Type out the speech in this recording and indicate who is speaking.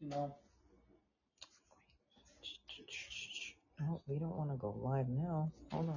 Speaker 1: No.
Speaker 2: Oh, we don't want to go live now. Hold on.